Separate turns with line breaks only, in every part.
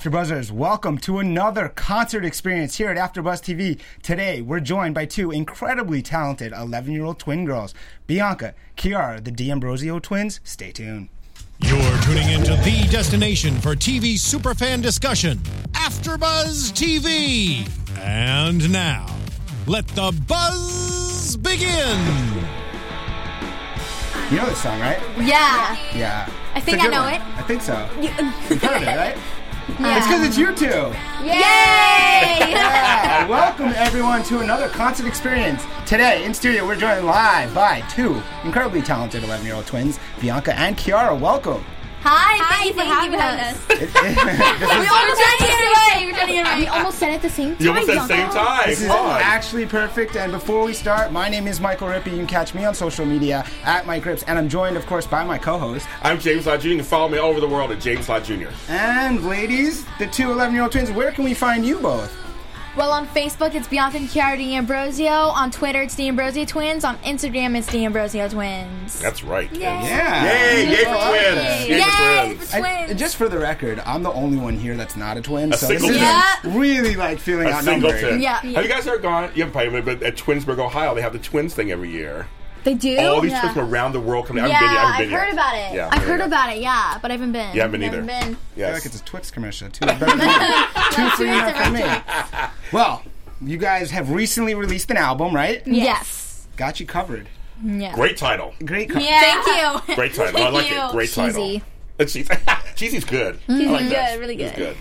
AfterBuzzers, welcome to another concert experience here at AfterBuzz TV. Today, we're joined by two incredibly talented 11-year-old twin girls, Bianca, Kiara, the D'Ambrosio twins. Stay tuned.
You're tuning into the destination for TV superfan discussion, AfterBuzz TV. And now, let the buzz begin.
You know this song, right?
Yeah.
Yeah.
I
It's
think
a good
I know
one.
it.
I think so. You've heard it, right?
Yeah.
It's because it's you two.
Yay!
Yeah. Welcome everyone to another concert experience. Today in studio, we're joined live by two incredibly talented 11-year-old twins, Bianca and Kiara. Welcome.
Hi, thank
Hi,
you for
thank
having
you for having
us.
this is
We almost tried to get it right. We were trying to get it
We
right.
almost said it at the same time.
You almost said same time. Oh
This is
Come on.
actually perfect. And before we start, my name is Michael Rippey. You can catch me on social media at Mike Rips, and I'm joined, of course, by my co-host.
I'm James Lott Jr. You can follow me all over the world at James Lott Jr.
And ladies, the two 11-year-old twins. Where can we find you both?
Well, on Facebook, it's Bianca and Chiara D'Ambrosio. On Twitter, it's D'Ambrosio Twins. On Instagram, it's D'Ambrosio Twins.
That's right. Yay!
Yeah.
Yay, for twins! Yay,
Yay,
for twins!
for
And-
twins.
and just for the record, I'm the only one here that's not a twin,
A
so this is
singleton.
Yeah.
really like feeling
A singleton.
outnumbered.
Yeah.
Have you guys ever gone? You haven't probably, but at Twinsburg, Ohio, they have the twins thing every year.
they do?
all these
Oh, yeah.
twins from around the world come. I haven't been. yet, I
Yeah,
haven't
I've
been
heard
yet.
about it.
Yeah,
I've heard
yeah.
about it, yeah, but I haven't been.
You haven't been either.
Never been.
I
Yes.
feel like it's a Twix commercial too. It's better than two for you, not for me. Well, you guys have recently released an album, right?
Yes.
Got you covered.
Yeah.
Great title.
Great cover.
Thank you.
Great title. I like it.
you.
Great title.
Cheesy. Mm-hmm.
It's cheesy. Cheesy's good. I like that.
good, really
It's
good.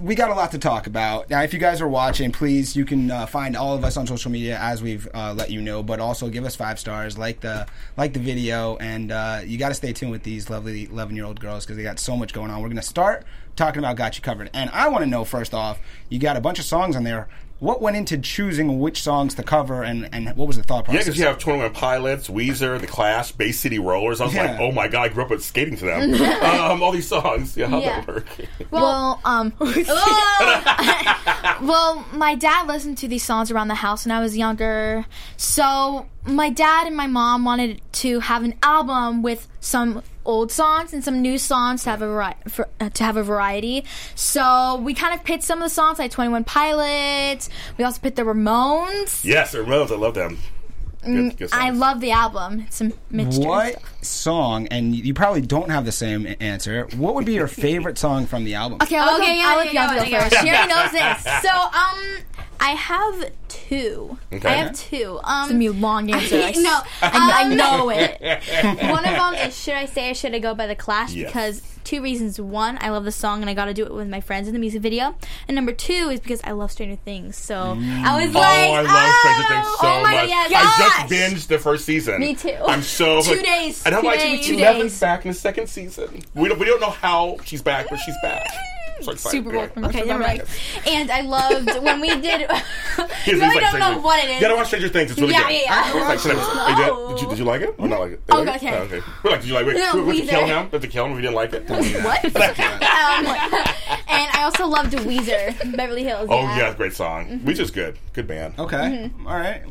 we got a lot to talk about. Now, if you guys are watching, please, you can uh, find all of us on social media as we've uh, let you know, but also give us five stars, like the like the video, and uh, you got to stay tuned with these lovely 11 year old girls because they got so much going on. We're going to start talking about Got You Covered. And I want to know, first off, you got a bunch of songs on there. What went into choosing which songs to cover, and, and what was the thought
Yeah,
process?
because you have 21 Pilots, Weezer, The Clash, Bay City Rollers. I was
Yeah.
like, oh my god, I grew up with skating to them. um, all these songs. Yeah, how'd that
Yeah.
work?
Well, um, well, my dad listened to these songs around the house when I was younger. So my dad and my mom wanted to have an album with some old songs and some new songs to have a vari- for, uh, to have a variety. So we kind of picked some of the songs like Twenty One Pilots. We also picked the Ramones.
yes, the Ramones. I love them.
Mm,
Good, good
I
songs.
love the album. It's a mixture. of
what
stuff.
song, and you probably don't have the same a- answer, what would be your favorite song from the album?
Okay, I'll
Okay,
okay,
yeah,
I'll let
yeah,
Bianca
yeah,
go first. She already knows this.
So, um, I have two.
Okay.
I have two. Um,
Give me a long answer. I s-
no,
I, I
um,
know it.
one of them is should I say or should I go by the Clash?
Yes.
Because two reasons: one, I love the song and I got to do it with my friends in the music video, and number two is because I love Stranger Things. So I was
Oh,
like,
I love Stranger Things
oh,
so
oh my
much.
Yes,
I
gosh.
just binged the first season.
Me too.
I'm so
Two days,
And I'm
two
like,
days, two
Eleven's
days.
back in the second season. We don't, we don't know how she's back, but she's back. So excited.
Super Bowl.
Anyway.
Okay, never mind. And I loved when we did. um,
Here's-
really
here's like
don't
Stranger-
know what it
You
is.
gotta watch Stranger Things. It's really
Yeah,
good.
yeah, yeah.
It's like Stranger Things. Hey, Dad, Did you, did you like it? Or not like it?
Oh,
Did you like it?
okay.
okay. We're like, did you like it?
No,
we, we have to kill
neither.
him. We have to kill him if we didn't like it.
what? um, and I also loved Weezer, Beverly Hills.
Oh yeah, great song. We just good. Good band.
Mm-hmm.
Okay. All right.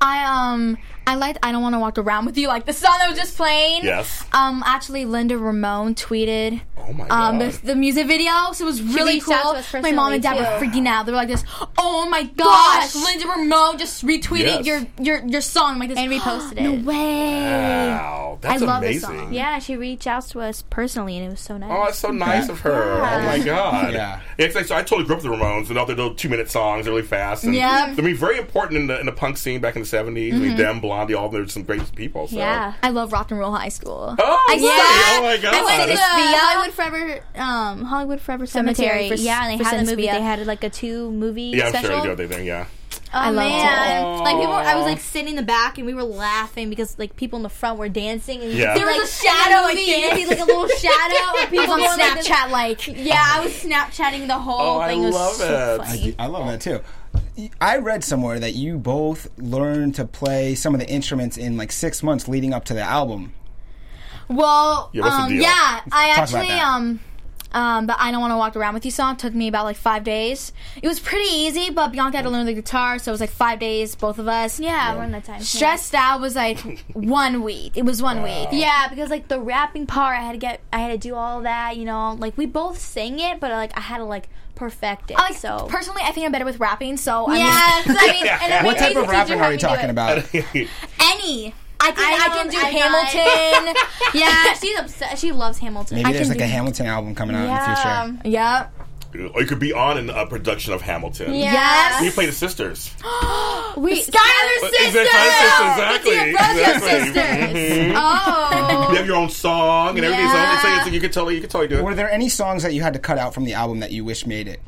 I um I liked I don't want to walk around with you like the song that was just playing.
Yes.
Um actually Linda Ramone tweeted
Oh my
um
god.
the, the music video so it was really
reached out
cool.
to us
My mom
personally,
and dad were
too.
freaking out. They were like this, "Oh my gosh,
Gosh.
Linda Ramone just retweeted
Yes.
your your your song." I'm like this
And reposted
no
it.
way.
wow, that's
love this
amazing.
song.
Yeah, she reached out to us personally, and it was so nice.
Oh, that's so nice of her. Oh my god.
Yeah.
It's like, so I totally grew up with the Ramones and all their little two minute songs, they're really fast. And,
Yeah.
I mean, very important in the, in the punk scene back in the 70s. I mean, them, Blondie, all of them, there's some great people. So.
Yeah.
I love Rock and Roll High School.
Oh,
I
really?
saw-
Oh, my God.
I went to
It's
the
the
Hollywood
Hollywood Forever, um, Hollywood Forever
Cemetery
Cemetery.
for-
yeah, and they
for
had a movie.
Cynthia.
They had like a two movie
Yeah, I'm
special.
sure they go there, then, yeah.
Oh, I
loved it.
man. Like people, were, I was like sitting in the back, and we were laughing because like people in the front were dancing, and
Yeah.
there
There
was a shadow. Like, dancing, like a little shadow. and people
on
going like this.
Snapchat like
yeah, I was Snapchatting the whole
Oh, I
thing. was
love
so
it.
funny.
I, I love that too. I read somewhere that you both learned to play some of the instruments in like six months leading up to the album.
Well,
Yeah, what's the
um,
deal?
yeah, I
Talk about
actually
that.
um, um, the I Don't Want to Walk Around With You song took me about like five days. It was pretty easy, but Bianca had to learn the guitar, so it was like five days, both of us.
Yeah, around that time.
Stressed out was like one week. It was one week.
Yeah. Yeah, because like the rapping part, I had to get, I had to do all that. You know, like we both sang it, but like I had to like perfect it.
I like,
so
personally, I think I'm better with rapping, so
Yes,
I mean,
I mean, and then
What
we
type
made
of
the
rapping are
teacher have
we
me do
talking
it.
about?
any. I can,
I
I, can
don't-
do
I
Hamilton.
Yeah, she's upset. She loves Hamilton.
Maybe
I
there's
can
like
do-
a Hamilton album coming out in the future.
yep.
Or you could be on in a production of Hamilton.
Yeah.
Yes.
You play the sisters.
we
Skylar
But
sisters.
exactly,
The
exactly,
D'Ambrosio
exactly. Mm-hmm.
sisters. Oh.
You have your own song and everything. So it's like, it's like you could totally, you could totally do it.
Were there any songs that you had to cut out from the album that you wish made it,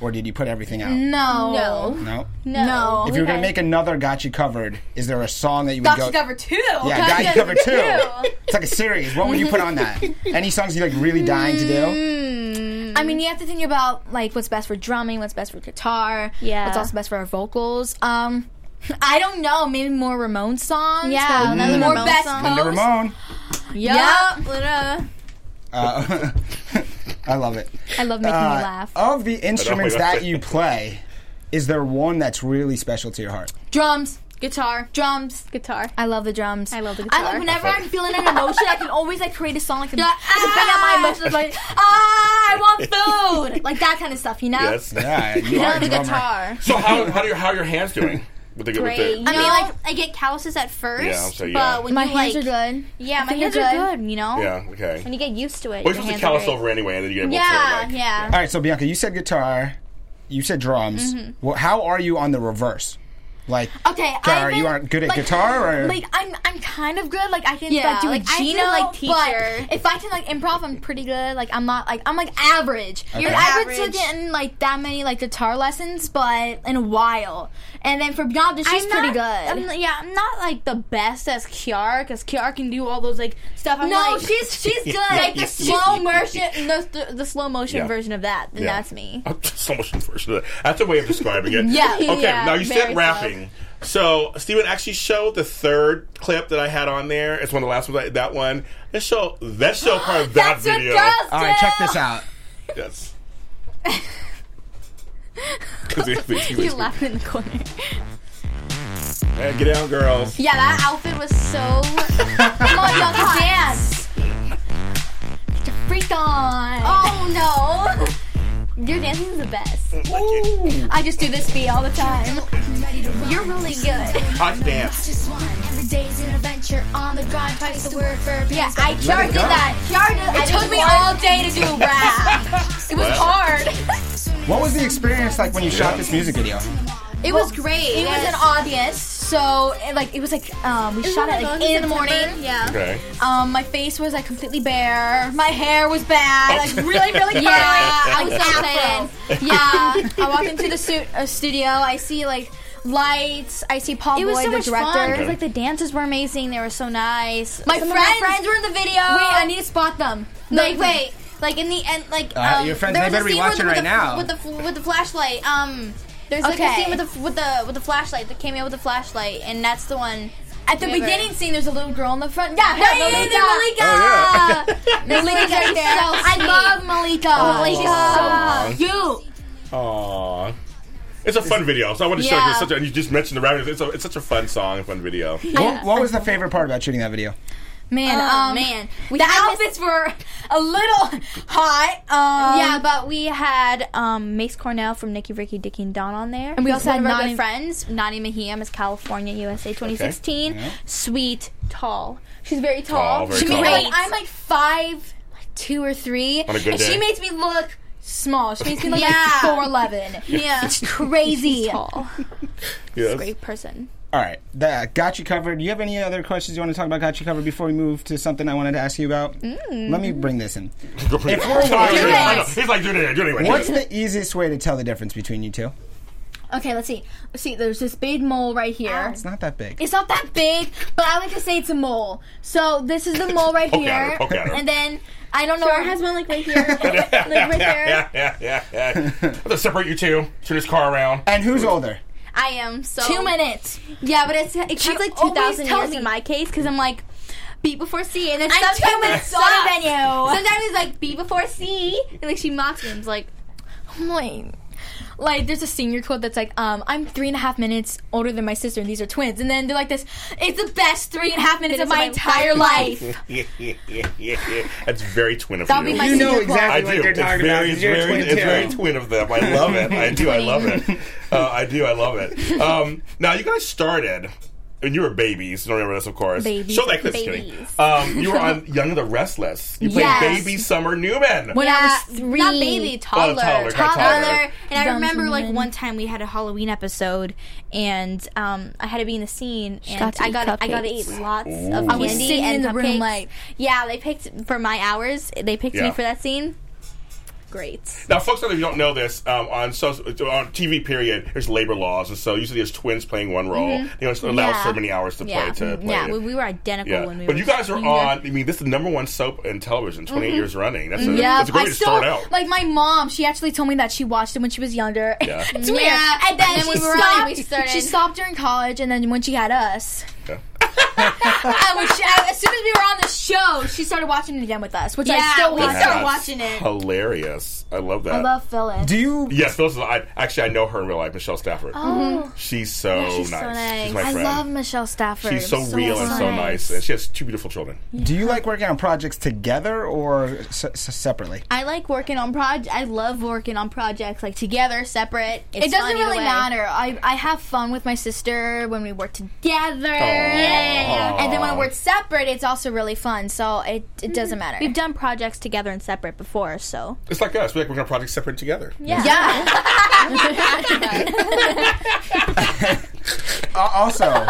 or did you put everything out?
No.
no,
No.
no.
Mm-hmm. No.
If you were gonna make another "Got You Covered," is there a song that you would
Got
go?
you covered too.
Yeah, got you covered too. It's like a series. What would you put on that? Any songs you like really dying to
Mm,
do?
I mean, you have to think about like what's best for drumming, what's best for guitar,
Yeah.
what's also best for our vocals. Um, I don't know, maybe more Ramon songs.
Yeah,
but
another
more
Ramon
best
song.
Linda
coast.
Ramon.
Yup.
Yep.
Uh, I love it.
I love making
Uh,
you laugh.
Of the instruments
Oh my God.
that you play, is there one that's really special to your heart?
Drums, guitar, drums.
Guitar.
I love the drums.
I love the
I
guitar. Ah!
like whenever I'm feeling an emotion, I can always like create a song like
Yeah,
I can bring out my emotions like ah, I want food, like that kind of stuff, you know.
Yes.
Yeah, you
You
are
know
a
the
drummer.
guitar.
So how how are your, how are your hands doing? With the, with
Great. You
the,
know,
mean, like-
like I get calluses at first.
Yeah, I'm sorry, yeah.
But when
My
you
hands
like,
are good.
yeah, my
think
hands
they're
are good. You know,
yeah. Okay.
when you get used to it,
Well, you're
your
supposed to
hands
callus
are great.
over anyway, and then you're able
Yeah,
to. Like,
yeah.
All right, so Bianca, you said guitar, you said drums.
Mm-hmm.
Well, how are you on the reverse? Like,
Okay,
Cara,
I've been,
you aren't good at
like-
guitar, or
Like I'm, I'm kind of good. Like I can
Yeah,
like do
like,
a
I can,
Gino,
like, teacher.
But if I can like improv, I'm pretty good. Like I'm not like I'm like average.
You're
But I've been
average.
taking like that many like guitar lessons, but in a while. And then for Bianca, she's
I'm
pretty
not-
good.
I'm, yeah, I'm not like the best as Kiara because Kiara can do all those like stuff. I'm
no,
like,
she's she's good.
like the slow motion, the, the, the slow motion
Yeah.
version of that. Then
Yeah.
that's me.
so much version of that. That's a way of describing it.
Yeah.
Okay.
Yeah,
now you
very
said
slow.
rapping. So Steven actually showed the third clip that I had on there. It's one of the last ones. I, that one. That show. That show part of that
That's what
video.
girls
all right, check this out.
Yes. you
You're laughing in the corner.
Get down, girls.
Yeah, that outfit was so. Come on, Bianca, dance. Get your freak on.
Oh no, your dancing is the best.
I just do this beat all the time.
You're really good.
Hot dance.
just one. Every day's an adventure on the grind. Fights the word for being
Yeah, I Char did
go.
that. Char did. It took me all day to do a rap. it was hard.
What was the experience like when you shot this music video?
It was great. It was an audience, so it, like it was like um, we shot it like in the morning.
Yeah.
Okay.
Um, my face was like completely bare. My hair was bad. Like really, really curly.
Yeah, I was so
Afro. Yeah, I walk into the suit, uh, studio. I see like lights. I see Paul
It was
Boyd,
so
the
much
director.
fun because like the dances were amazing. They were so nice.
my,
Some
friends,
of my friends
were in the video. Wait,
Oh.
I need to spot them.
Like wait, like in the end, like
Uh,
um,
your friends,
there
they
was a
better be
scene with-
watching right
with the-
now.
with the f- with the flashlight. Um, there's like a
Okay.
scene with the f- with the with the flashlight that came out with the flashlight, and that's the one.
At the
Wait, wait.
beginning scene, there's a little girl in the front. Yeah, yeah,
yeah,
Malika.
yeah,
Oh,
Malika. Malika's right there.
So
I
sweet.
love Malika.
Aw.
Oh,
Malika. you.
Aw. It's a fun video, so I want to show
Yeah.
you. It's such a, and you just mentioned the rapping. It's, a, it's such a fun song, and fun video.
What, what was the favorite part about shooting that video?
Man,
Oh,
um,
man.
We the outfits were a little hot. Um,
yeah, but we had um, Mace Cornell from Nicky, Ricky, Dicky, and Don on there. And
we also had
one of our
Nani-
good friends, Nani Mahia, Miss California, USA 2016. Sweet, tall. She's very tall.
Tall, very
she
tall.
made
like,
like,
I'm like five, like two or three,
On a good
and
day.
she makes me look small. She makes me look
Yeah.
like four eleven.
yeah,
It's crazy.
tall,
Yes.
great person.
All right, that got you covered. Do you have any other questions you want to talk about? Got you covered before we move to something I wanted to ask you about.
Mm.
Let me bring this in.
Go for it.
If we're
I know.
watching,
He's like, do it anyway. Do it anyway.
what's the easiest way to tell the difference between you two?
Okay, let's see. See, there's this big mole right
Ah,
here.
It's not that big.
It's not that big, but I like to say it's a mole. So this is the mole right
Poke at her,
here,
poke at her.
and then I don't know.
Our husband like right here, like right there.
yeah, yeah, yeah, yeah. I'm gonna separate you two. Turn this car around.
And who's older?
I am so
Two minutes.
Yeah, but it's it counts like two
always
thousand
tells
years
me.
in my case because I'm like, B before C, and then
I
sometimes
do, but
it
it's on a
sucks.
venue.
Sometimes it's like B before C, and like she mocks me. and it's like,
I'm like, like there's a senior quote that's like, um, I'm three and a half minutes older than my sister, and these are twins. And then they're like this, it's the best three and a half minutes of my entire life.
yeah, yeah, yeah, yeah. That's very twin of
That'll
you.
be my
You know
senior quote.
exactly
I
what
do.
they're
It's
talking
very,
about,
It's
'cause you're
very,
a twin
it's
too.
very twin of them. I love it. I do. I love it. Uh, I do. I love it. Um, now you guys started. when you were babies. Don't remember this, of course.
Babies.
Show that clip. just
Babies.
kidding. Um, you were on Young and the Restless. You played
Yes.
baby Summer Newman.
When
yeah,
I was three.
not baby, Oh, toddler,
toddler, got toddler.
And I
Dumb
remember like
woman.
one time we had a Halloween episode, and um, I had to be in the scene, and
got to
I
eat
got I got to
cupcakes.
eat lots
Ooh.
of
I was
candy
sitting
and
in the room,
cupcakes.
like-
yeah, they picked for my hours. They picked
Yeah.
me for that scene. Great.
Now, folks, if you don't know this, um, on social, on TV period, there's labor laws, and so usually there's twins playing one role. They only allow
Mm-hmm. Yeah.
so many hours to
Yeah,
play to play.
yeah,
it.
we, we were identical
Yeah,
when we
but
were. Mm-hmm.
you guys are on. I mean, this is the number one soap in television, 28 years running. That's a,
Yeah,
that's a great
I
way to
still
start out.
like my mom. She actually told me that she watched it when she was younger.
Yeah.
it's weird.
Yeah,
And then,
and then
she
we were on it,
stopped.
we started-
She stopped during college, and then when she had us,
Okay.
I was- I- as soon as we were on the show, she started watching it again with us, which I
Yeah,
still
we
watch.
started
Yeah.
watching
it.
Hilarious. I love that.
I love Phyllis.
Do you?
yes, those are, I, actually, I know her in real life, Michelle Stafford.
Oh,
She's so
she's so
nice. She's
nice.
my
I
friend.
love Michelle Stafford.
she's so, real and so nice. And she has two beautiful children.
Do you like working on projects together or s- s- separately?
I like working on project. I love working on projects like together, separate. It's
It doesn't
fun either
really
way.
matter. I, I have fun with my sister when we work together. And then when we're separate, it's also really fun. So it, it doesn't matter.
We've done projects together and separate before, so
It's like us. We're like we're gonna project separate together.
yeah.
Uh, also,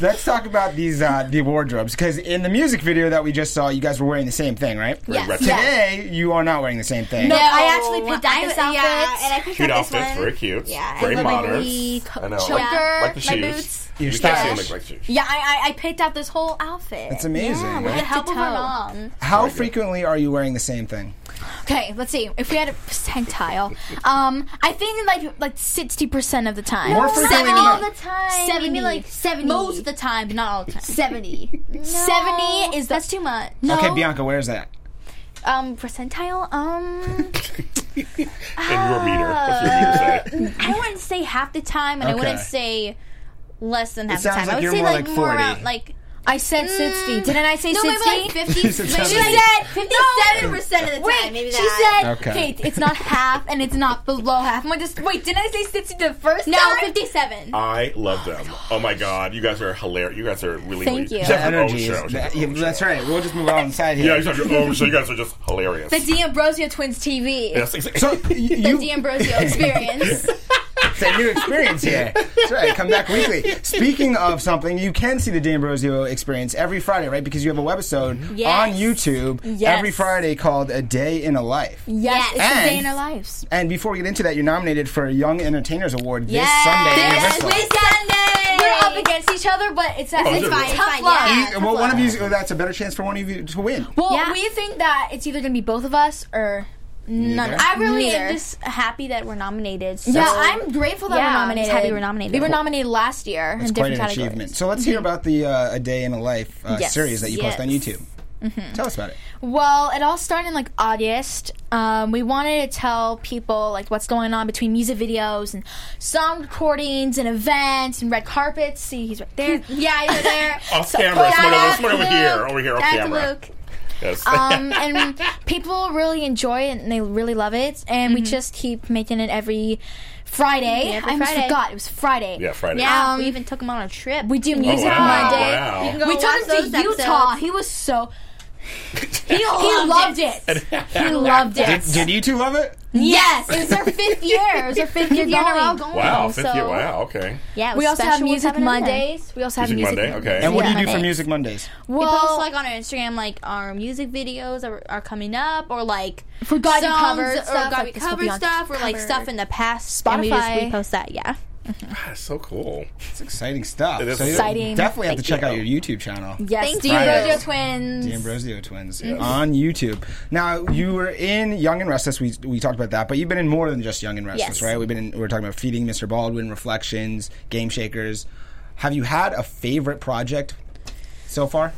let's talk about these uh, the wardrobes because in the music video that we just saw, you guys were wearing the same thing, right?
Yes. Retro.
Today, you are not wearing the same thing.
No, I actually picked out
I-
this
Yeah,
outfit.
and I picked
Cute
out
outfits,
this one.
very cute.
Yeah,
very
I love
modern.
my wee co-
I know,
choker,
like, like the
my
shoes.
boots.
Your
We can't see
stash.
them, like, like shoes.
Yeah, I, I, I picked out this whole outfit.
It's amazing.
Yeah, with
right?
the help of our
toe.
mom.
How frequently are you wearing the same thing?
okay, let's see. If we had a percentile, um, I think like like sixty percent of the time.
More frequently than
all
not.
the time.
Maybe
Seventy,
like seventy most of the time, but not all the time.
seventy. Seventy is the,
That's too much.
no.
Okay, Bianca, where's that?
Um, percentile. Um,
And your meter. What's your meter say?
I wouldn't say half the time, and I
Okay.
wouldn't say less than half the
sounds
time.
like
I would
you're
say
more
like,
like
more
40.
around like mm.
I said sixty. Didn't I say
no,
sixty?
maybe like fifty. maybe
She said
she said fifty-seven percent of the time.
Wait,
maybe
she
that.
said,
Okay.
okay. it's not half and it's not below half. I'm like, just, wait, didn't I say 60 the first
no,
time?
fifty-seven.
I love them. Oh my god, you guys are hilarious. You guys are really.
Thank
really,
you.
have
The
your own
energy
show.
is.
You have your
yeah,
own
that's
show.
right. We'll just move on inside
Yeah,
here.
you guys are. Oh, so you guys are just hilarious.
The D'Ambrosio Twins TV.
Yes, exactly.
So y- you,
D'Ambrosio experience.
it's a new experience here. That's right. Come back weekly. Speaking of something, you can see the D'Ambrosio experience every Friday, right? Because you have a webisode
Yes.
on YouTube
Yes.
every Friday called "A Day in a Life."
Yes, it's
And-
a day in our lives.
And before we get into that, you're nominated for a Young Entertainers Award
Yes.
this Sunday. in
Yes,
Bristol.
this Sunday.
We're up against each other, but it's,
Oh,
it's
is it
fine.
really?
Tough
Fine,
love.
yeah.
E, well, one of you, oh, that's a better chance for one of you to win.
Well,
Yeah.
we think that it's either going to be both of us or none.
Neither.
I
I really
Neither.
am just happy that we're nominated. So.
yeah, I'm grateful that
Yeah,
we're
I'm
nominated.
happy we're nominated.
We were nominated last year
It's
in
quite
different
an
categories.
achievement. So let's hear about the uh, A Day in a Life uh,
Yes.
series that you post on
Mm-hmm. Yes. Mm-hmm.
YouTube. Tell us about it.
Well, it all started in like August. Um, we wanted to tell people like what's going on between music videos and song recordings and events and red carpets. See, he's right there.
yeah, you're there.
off camera. It's
Shout
one over,
out
it's one over
to
here. Over here off
Back to
camera.
Luke.
Yes.
um, and people really enjoy it and they really love it. And
Mm-hmm.
we just keep making it every Friday.
Yeah, every
I almost
Friday.
forgot it was Friday.
yeah, Friday.
Yeah,
Um,
we even took him on a trip.
We do
Oh,
music
wow,
on Monday.
wow.
You can go
We
watch
took him to
those
Utah.
episodes.
He was so. He, loved it. he loved it.
Did you two love it?
Yes, it was our fifth year. It was our fifth year
year in a row
going.
going.
Wow, fifth
so-
year. Wow, okay.
Yeah, it was
We also have
special. We'll
music
it everywhere.
Mondays. We also have
Music
music,
Monday, okay.
And what do you
Yeah.
do for Music Mondays?
We post
Well,
like on our Instagram, like our music videos are, are coming up, or like
For God We
songs
Covered
or
stuff,
God
like
we
this will
covered
be on
stuff, or like
Covered.
stuff in the past. and we just
Spotify.
repost that. Yeah,
That's so cool.
It's exciting stuff.
It is
So you
exciting.
Definitely have to check
Thank you.
out your YouTube channel.
yes,
Thank
the
you.
Ambrosio
Right.
Twins.
The Ambrosio Twins on YouTube. Now you were in Young and Restless. We, we talked about that, but you've been in more than just Young and Restless,
Yes.
right? We've been in, we were talking about feeding Mr. Baldwin, Reflections, Game Shakers. Have you had a favorite project so far?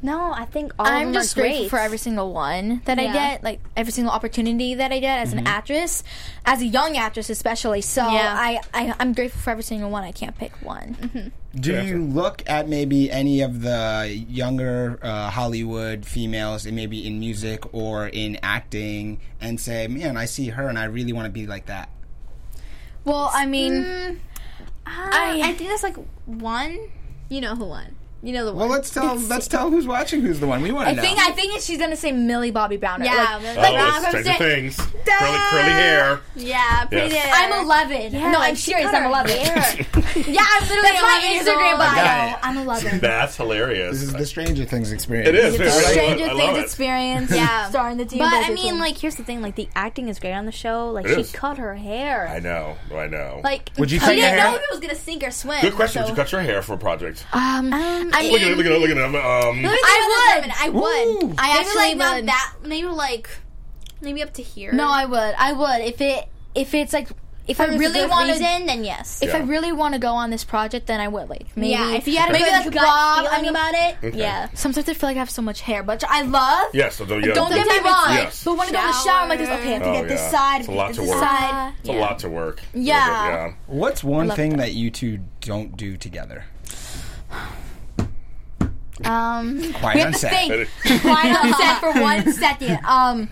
No, I think all of
I'm
them
just
are
grateful
great.
for every single one that I
Oh Yeah.
get, like every single opportunity that I get as an actress, as a young actress especially. So
Yeah.
I, I, I'm grateful for every single one. I can't pick one.
Do you look at maybe any of the younger uh, Hollywood females, and maybe in music or in acting, and say, "Man, I see her, and I really want to be like that."
Well, I mean,
Mm, I, I think that's like one. You know who won. You know the
Well,
one.
let's tell let's tell who's watching who's the one we want
I
to know.
think I think she's gonna say Millie Bobby Brown.
Yeah,
like,
Millie
like,
oh,
Rob,
it's
I'm
Stranger
saying-
Things. Curly, curly hair.
yeah, pretty
Yes.
I'm 11. no, I'm
like, she
serious.
cut
I'm
her
11. yeah, I'm literally
That's my
11 years
Instagram
old.
bio.
Got it.
I'm 11.
That's
this
hilarious.
is the Stranger Things experience.
It is. It's
The
really
Stranger
good. I love
Things
it.
experience.
Yeah.
starring the team.
But I mean, like, here's the thing: like, the acting is great on the show. Like,
It
she
is.
cut her hair.
I know. I know.
Like,
Would you
she
cut your
didn't
hair?
know if it was gonna sink or swim.
good question. Would
so-
you cut your hair for a project?
um, I
look at it.
mean,
Look at it. Look at it. Um,
Let me think
I
about this for a minute. I would.
Ooh.
I
maybe
actually
like not
would.
that. Maybe like maybe up to here.
No, I would. I would if it if it's like if I
If it's a
really
good
want to.
reason, then yes.
If I
Yeah.
really want to go on this project, then I would like maybe.
yeah, if you had a
maybe
good
like
gut
Rob. I
feeling
mean,
about it, yeah.
sometimes I feel like I have so much hair, but I love.
yes. so the- yeah,
Don't get me
Sometimes
wrong.
Yes.
But when I go in the shower, I'm like, this,
Shower.
okay, I have to
Oh,
get this
yeah.
side.
It's a lot
this
to work.
side.
It's a lot to work.
Yeah.
yeah.
What's one
Love
thing
that.
that you two don't do together?
Um,
Quiet
we
on
have to
set.
think. Quiet on set for one second. Um,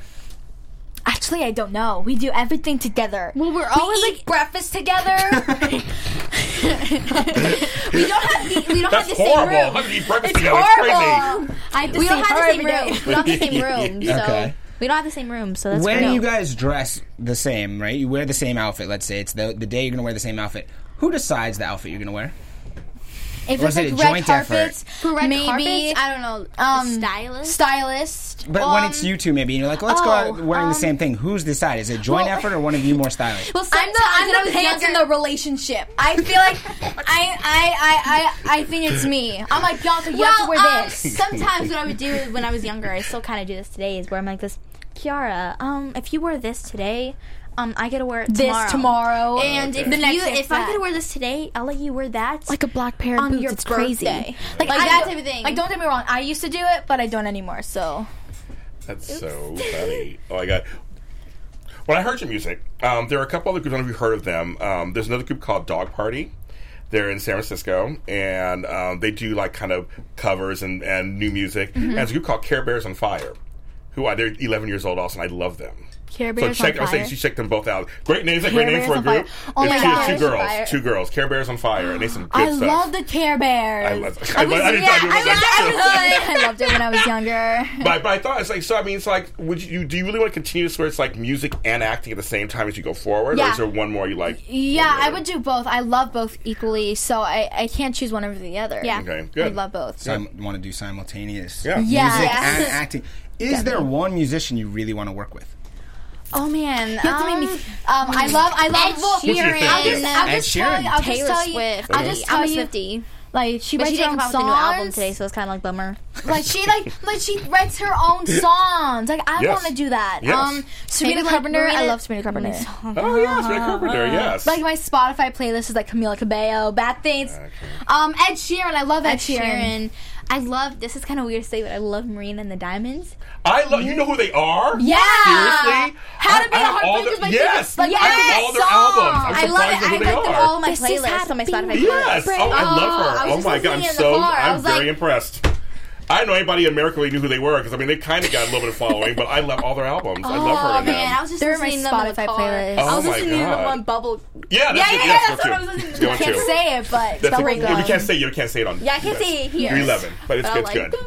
actually, I don't know. We do everything together.
Well, we're always
eat breakfast together. we don't have the, we don't
That's
have the same
horrible.
room.
How do you eat breakfast
It's
together?
horrible.
It's crazy.
I
We don't have the same room.
We don't have the same room. So
Okay.
we don't have the same room. So that's
when
great.
you guys dress the same, right? You wear the same outfit. Let's say it's the the day you're gonna wear the same outfit. Who decides the outfit you're gonna wear?
If
Or is
it's
it
like
a
red
joint
carpets,
For red
maybe
carpets, I don't know.
um,
a stylist.
stylist.
But when it's
um,
you two, maybe and you're like, let's go
oh,
out wearing
um,
the same thing. Who's decide? Is it joint
well-
effort or one of you more stylish?
Well, I'm the,
sometimes when I
I'm the
was
pants in
younger-
the relationship. I feel like I, I, I, I, I think it's me. I'm like Bianca. You have to wear
um,
this.
sometimes what I would do is when I was younger, I still kind of do this today, is where I'm like this, Kiara, um, if you wear this today, um, I gotta wear it tomorrow.
This tomorrow,
And if
the next
you,
day it's
if I
that.
could wear this today, I'll let you wear that.
like a black pair of
On
boots.
your
it's crazy.
birthday.
Like,
Like
I
that
don't-
type of thing.
Like don't get me wrong, I used to do it, but I don't anymore. So
That's so funny. Oh my god. When I heard your music, um, there are a couple other groups. I don't know if you've heard of them. Um, there's another group called Dog Party. They're in San Francisco, and um, they do like kind of covers and, and new music.
Mm-hmm.
And there's a group called Care Bears on Fire, who I they're 11 years old also, and I love them.
Care
So
Bears
check,
on
I would say
fire.
you should check them both out. Great names, like great
Care
name for a
Bears on
group.
Fire. Oh
it's
my
two,
God.
two
Care Bears on
girls,
Fire.
two girls. Care Bears on Fire, and they some good
I
stuff.
love the Care Bears.
I love. I, love- I, didn't- I
I,
didn't realize that.
was- I loved it when I was younger.
But, but I thought it's like so. I mean, it's like, would you do you really want to continue this where it's like music and acting at the same time as you go forward, or
Yeah.
is there one more you like?
Yeah,
over the
I
other?
would do both. I love both equally, so I, I can't choose one over the other.
Yeah.
Okay, good.
I love both.
Sim- want to do simultaneous
Yeah.
music
Yeah.
and acting. Is there one musician you really want to work with?
oh man,
You have to make me. Um, I love. I love.
Ed
well,
your favorite?
I'll just, I'll
Ed
just tell
Sheeran.
you. I'll just
Taylor
tell you.
Swift.
I'll just tell
I'm a
you.
Swifty.
Like she
But
writes
she
her
didn't
own
come out
songs.
with a new album today, so it's kind of like bummer.
like she like like she writes her own songs. Like I
Yes.
want to do that.
Yes.
Um, Serena
Maybe, like,
Carpenter. I
Marina-
love Serena Carpenter.
Oh yeah, it's Rick Carpenter. Yes.
Like my Spotify playlist is like Camila Cabello, Bad Things. Um, Ed Sheeran. I love Ed,
Ed Sheeran. I love. This is kind of weird to say, but I love Marina and the Diamonds.
I love. You know who they are?
Yeah.
Seriously.
How to
I-
be
I
a
have all
heartbreaker
their-
is my
yes.
favorite.
I have all their albums. I'm
I love
surprised at
it. I
who they
put them
are.
all on my
This is
playlist on my Spotify
happening.
playlist.
Yes.
Right.
Oh, I
Oh,
love
I
her.
was
Oh
just
my
listening
god, I'm
in the
so
car. I
I'm
was
very
like-
impressed. I don't know anybody in America really knew who they were because I mean they kind of got a little bit of following, but I love all their albums. I love her.
Oh
and
man,
them.
I was just
They're in my
listening to them in the
Spotify
car.
playlist.
Oh
I was
my
listening to
God.
them on Bubble.
yeah, that's
Yeah,
it.
yeah,
yes,
yeah, that's
go
what
to.
I was listening to.
Go
I
to.
Can't say it, but
That's
that's
what,
we
we can't say you can't say it on.
Yeah, I can't say it here.
You're 11, but it's,
But
it's
I like
good.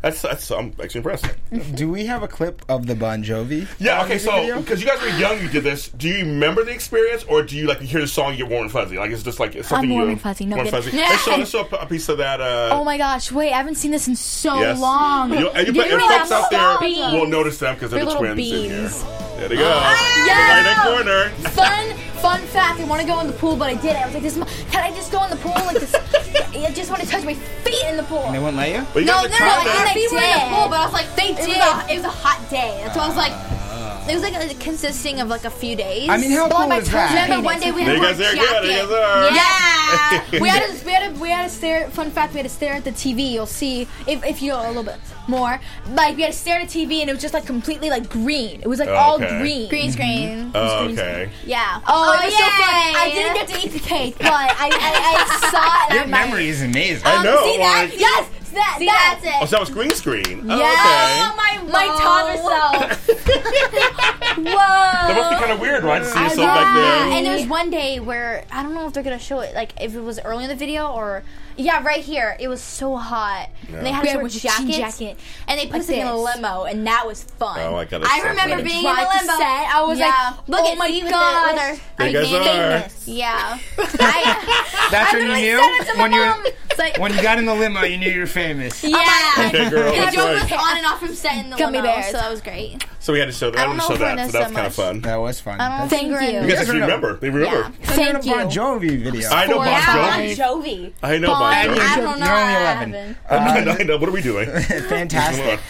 That's that's I'm actually impressed.
Do we have a clip of the Bon Jovi?
Yeah,
uh,
okay,
music
so
video?
because you guys were young, you did this. Do you remember the experience, or do you like you hear the song, you get warm and fuzzy? Like it's just like it's something
I'm warm
you
and fuzzy, no
warm and
good.
fuzzy. Let's show, let's show a piece of that. Uh,
Oh my gosh! Wait, I haven't seen this in so
yes.
long.
You, and you
Give
put, and
me that
folks out
song.
there won't notice them because they're, the
little
twins in here.
beans.
There they go. Right in that corner.
Fun, fun fact. I want to go in the pool, but I didn't. I was like, "This, mo- can I just go in the pool like this? I just want to touch my feet in the pool."
They wouldn't let you.
But you
No,
guys
no,
are
no, I
confident.
think they
They were in the
did.
pool, but I was like, they
It was,
did.
a, it was a hot day. That's why I was like,
Ah.
It was like a, consisting of like a few days.
I mean, how
Well,
cool
my
is that?
cousin-
Remember one day we
There you
had to
guys
wear a
are good. There you
jacket.
guys are.
Yeah, we had to we had to we had to stare. Fun fact: we had to stare at the TV. You'll see if, if you know a little bit more. Like we had to stare at the TV, and it was just like completely like green. It was like all
Okay. Mm-hmm.
green.
Green screen.
Oh, okay.
Yeah. Oh, it was so fun. I
yay.
didn't get to eat the cake, but I I, I saw it. and
Your
I'm like,
memory is amazing.
I know.
See that?
like-
Yes. That, that's it.
Oh, so that was green screen. Oh,
Yeah.
okay.
my my toddler self.
That
Whoa.
must be kind of weird, right? To see yourself
know.
like
Yeah,
that.
and
And there was one day where I don't know if they're gonna show it, like if it was early in the video or yeah, right here. It was so hot. And they had
We
us
had
wear
a jean
jackets,
jacket.
and they put
Like
us like, in a
this.
limo, and that was fun.
Oh, I gotta
I
stop
remember
that.
being in a
Tried to
limo.
set. I was
yeah.
like,
look
oh
at
my
see with
God.
The, with
There
our,
you guys are.
yeah. I,
That's when you
literally
knew?
said it to my
When you-
mom. It's like,
When you got in the limo, you knew you were famous.
yeah.
Okay, girl.
Yeah,
That's
Joe was
right.
on and off from set in the
Gummy
limo,
bears.
so that was great.
So we had to show that. I
don't
wanted to
know
show
if I
that. So
know
that was
so
kind of fun.
That was fun. That's-
Thank
Finger in
you.
You guys
Yes or
actually
no?
remember. They remember.
So you're in a
Thank you.
Bon Jovi video.
I know Bon Jovi.
Jovi.
I know Bon
And
Jovi.
you're
I
ju-
don't know
You're only
what
11.
happened.
I know. What are we doing?
Fantastic.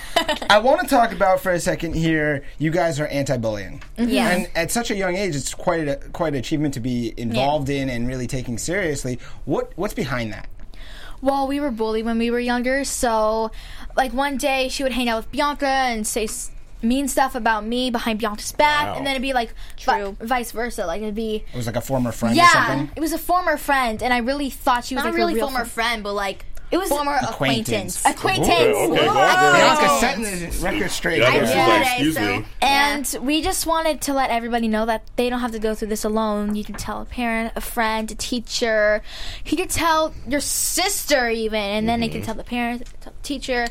I want to talk about for a second here. You guys are anti-bullying,
Yeah.
and at such a young age, it's quite a, quite an achievement to be involved in and really taking seriously. What what's behind that?
Well, we were bullied when we were younger, so like one day she would hang out with Bianca and say s- mean stuff about me behind Bianca's back,
Wow.
and then it'd be like vi-
True.
vice versa. Like it'd be
It was like a former friend or
yeah,
something.
it was a former friend, and I really thought she was
Not
like a
really
real
former
friend.
friend, but like
It was
former
Acquaintance.
acquaintance.
acquaintance.
Okay, okay, well, girl.
Bianca setting the record straight.
Yeah, I
here.
guess she's
Yeah.
like,
Yeah.
excuse me.
And we just wanted to let everybody know that they don't have to go through this alone. You can tell a parent, a friend, a teacher. You can tell your sister even, and then they can tell the parent, tell the teacher,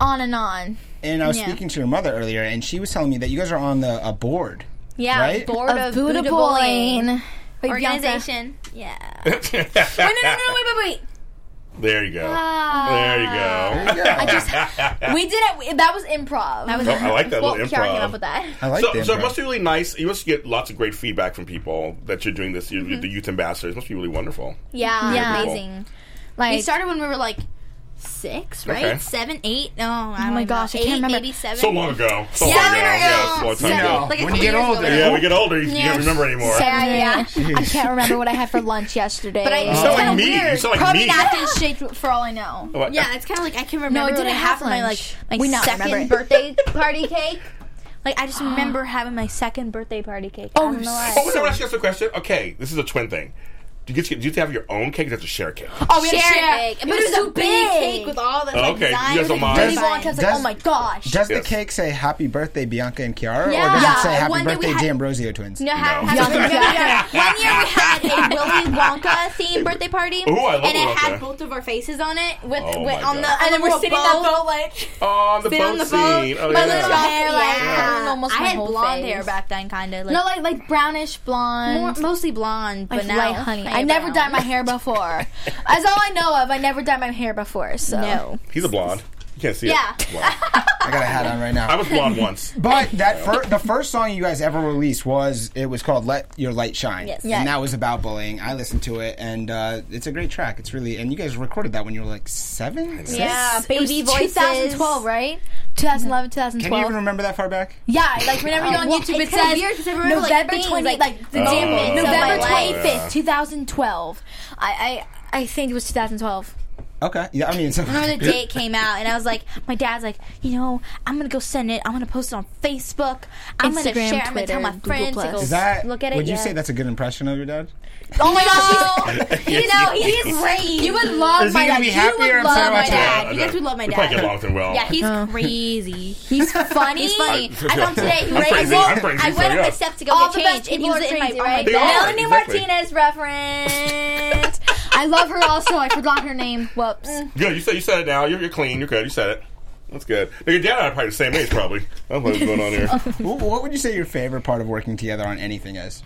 on and on.
And I was
Yeah.
speaking to your mother earlier, and she was telling me that you guys are on the a board.
yeah,
Right?
board
A
of Buddha, bullying.
Wait,
organization. Yeah.
Bianca. No, no, no, no, wait, wait, wait.
There you go.
Ah.
There you go.
I just we did it. That was improv. That was
Oh, I like that
well,
little
Kiara came
improv.
up with that.
I like
So,
that.
so it
bro.
must be really nice. You must get lots of great feedback from people that you're doing this. You're,
Mm-hmm.
The youth ambassadors It must be really wonderful.
Yeah.
Yeah.
Amazing.
Like,
We started when we were like six, right?
Okay.
Seven, eight. No, I
Oh my
don't know.
gosh, I
eight,
can't remember.
Maybe seven.
So long ago. So
Yeah,
long
we
ago.
were
Yes,
young.
long time
You know,
ago.
Like a
when
few
you get
years
older,
ago.
Yeah, we get older. You
Yeah.
can't remember anymore.
yeah, yeah. I
Jeez.
can't remember what I had for lunch yesterday.
But I
You
it's
sound like
kinda
me. You
weird.
sound like
Probably
me. Oh,
napkin shaped for all I know.
What?
Yeah, it's kind of like I can
No,
remember.
I didn't
what
have
had for my like
lunch.
my
We not
second
remember it.
birthday party cake. Like I just remember having my second birthday party cake. I don't know why.
Oh, wait, I want to ask you guys a question. Okay, this is a twin thing. Do you get to, do you have to have your own cake or do you have to share a cake?
Oh, we
Share
had to share
cake. But it was, a big cake with all the like,
Okay, you guys
designs
don't
and
mind?
Daddy
Does-
designs.
Blanca was like,
does-
oh my gosh.
Does the
Yes.
cake say "Happy Birthday, Bianca and Kiara," or
Yeah. uh,
does it say
Yeah,
"Happy
one that we
Birthday,
had-
D'Ambrosio Twins"?
No, have,
No.
have One year we had a Willy Wonka themed birthday party,
Ooh, I love
and it
Willy Wonka.
had both of our faces on it. With,
Oh
with
my
on
God.
the
and then we're
little
sitting on
boat.
the boat like
Oh, the
Sit on
boat
the
scene.
boat.
Oh,
My
yeah.
little hair, like,
Yeah.
I,
Almost my
had
whole
blonde
face.
hair back then, kind of. Like,
no like like brownish blonde.
more, mostly blonde,
like
but now
light honey. I
have
never dyed
brown.
my hair before. That's all I know of. I never dyed my hair before. So
No,
He's a blonde. You can't see
Yeah.
it. Blonde.
I got a hat on right now.
I was blonde once.
But that fir- the first song you guys ever released was it was called "Let Your Light Shine,"
Yes.
and that was about bullying. I listened to it, and uh, it's a great track. It's really and you guys recorded that when you were like seven. Six?
yeah,
Uh, It was
baby voices.
2012, right? 2011,
Can you even
2012.
remember that far back?
Yeah, like whenever you're on
Well,
YouTube, it
it's kinda
says
weird 'cause I remember, like,
November
things,
20,
like,
like the
the
day,
dampings of
my
November
life.
25th, 2012. I, I I think it was 2012.
Okay, yeah, I mean, so,
I remember the day it came out, and I was like, my dad's like, you know, I'm gonna go send it. I'm gonna post it on Facebook. I'm gonna
Instagram,
share. it. I'm gonna tell my
Twitter,
friends
Google
to go
Plus.
is that
look at it.
Would you
yeah.
say that's a good impression of your dad?
Oh my gosh, he's-
You know, he's crazy.
you would love
Is he
my
gonna
dad.
be
You
happy
would
or upset
love
about
my
that?
dad.
You guys would love my
We probably
dad.
get along with him well.
Yeah, he's crazy.
Oh. He's funny.
He's funny.
I-
I found today. He
I'm
raised-
crazy, I'm crazy,
I
so
went up
yeah.
my steps to go
All
get
the best
changed, and
people
he was
are
in my
crazy,
oh my
right?
They
God.
are.
Melanie
exactly.
Martinez reference. I love her also. I forgot her name. Whoops.
Good. You said you said it now. You're, you're clean. You're good. You said it. That's good. Now, your dad and I are probably the same age, probably. That's what's going on here.
Um,
Wh- what would you say your favorite part of working together on anything is?